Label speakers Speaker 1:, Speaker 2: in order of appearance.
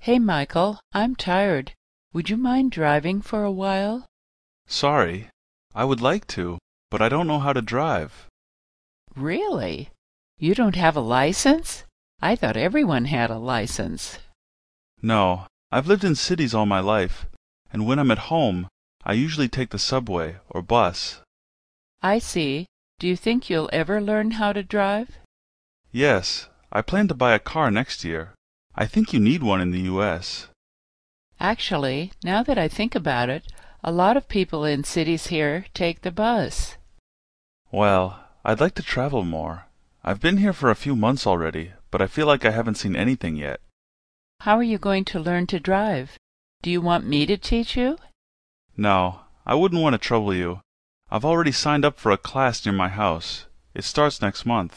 Speaker 1: "Hey, Michael, I'm tired. Would you mind driving for a while?"
Speaker 2: "Sorry. I would like to, but I don't know how to drive."
Speaker 1: "Really? You don't have a license? I thought everyone had a license."
Speaker 2: "No. I've lived in cities all my life, and when I'm at home I usually take the subway or bus."
Speaker 1: "I see. Do you think you'll ever learn how to drive?"
Speaker 2: "Yes. I plan to buy a car next year. I think you need one in the U.S."
Speaker 1: "Actually, now that I think about it, a lot of people in cities here take the bus."
Speaker 2: "Well, I'd like to travel more. I've been here for a few months already, but I feel like I haven't seen anything yet."
Speaker 1: "How are you going to learn to drive? Do you want me to teach you?"
Speaker 2: "No, I wouldn't want to trouble you. I've already signed up for a class near my house. It starts next month."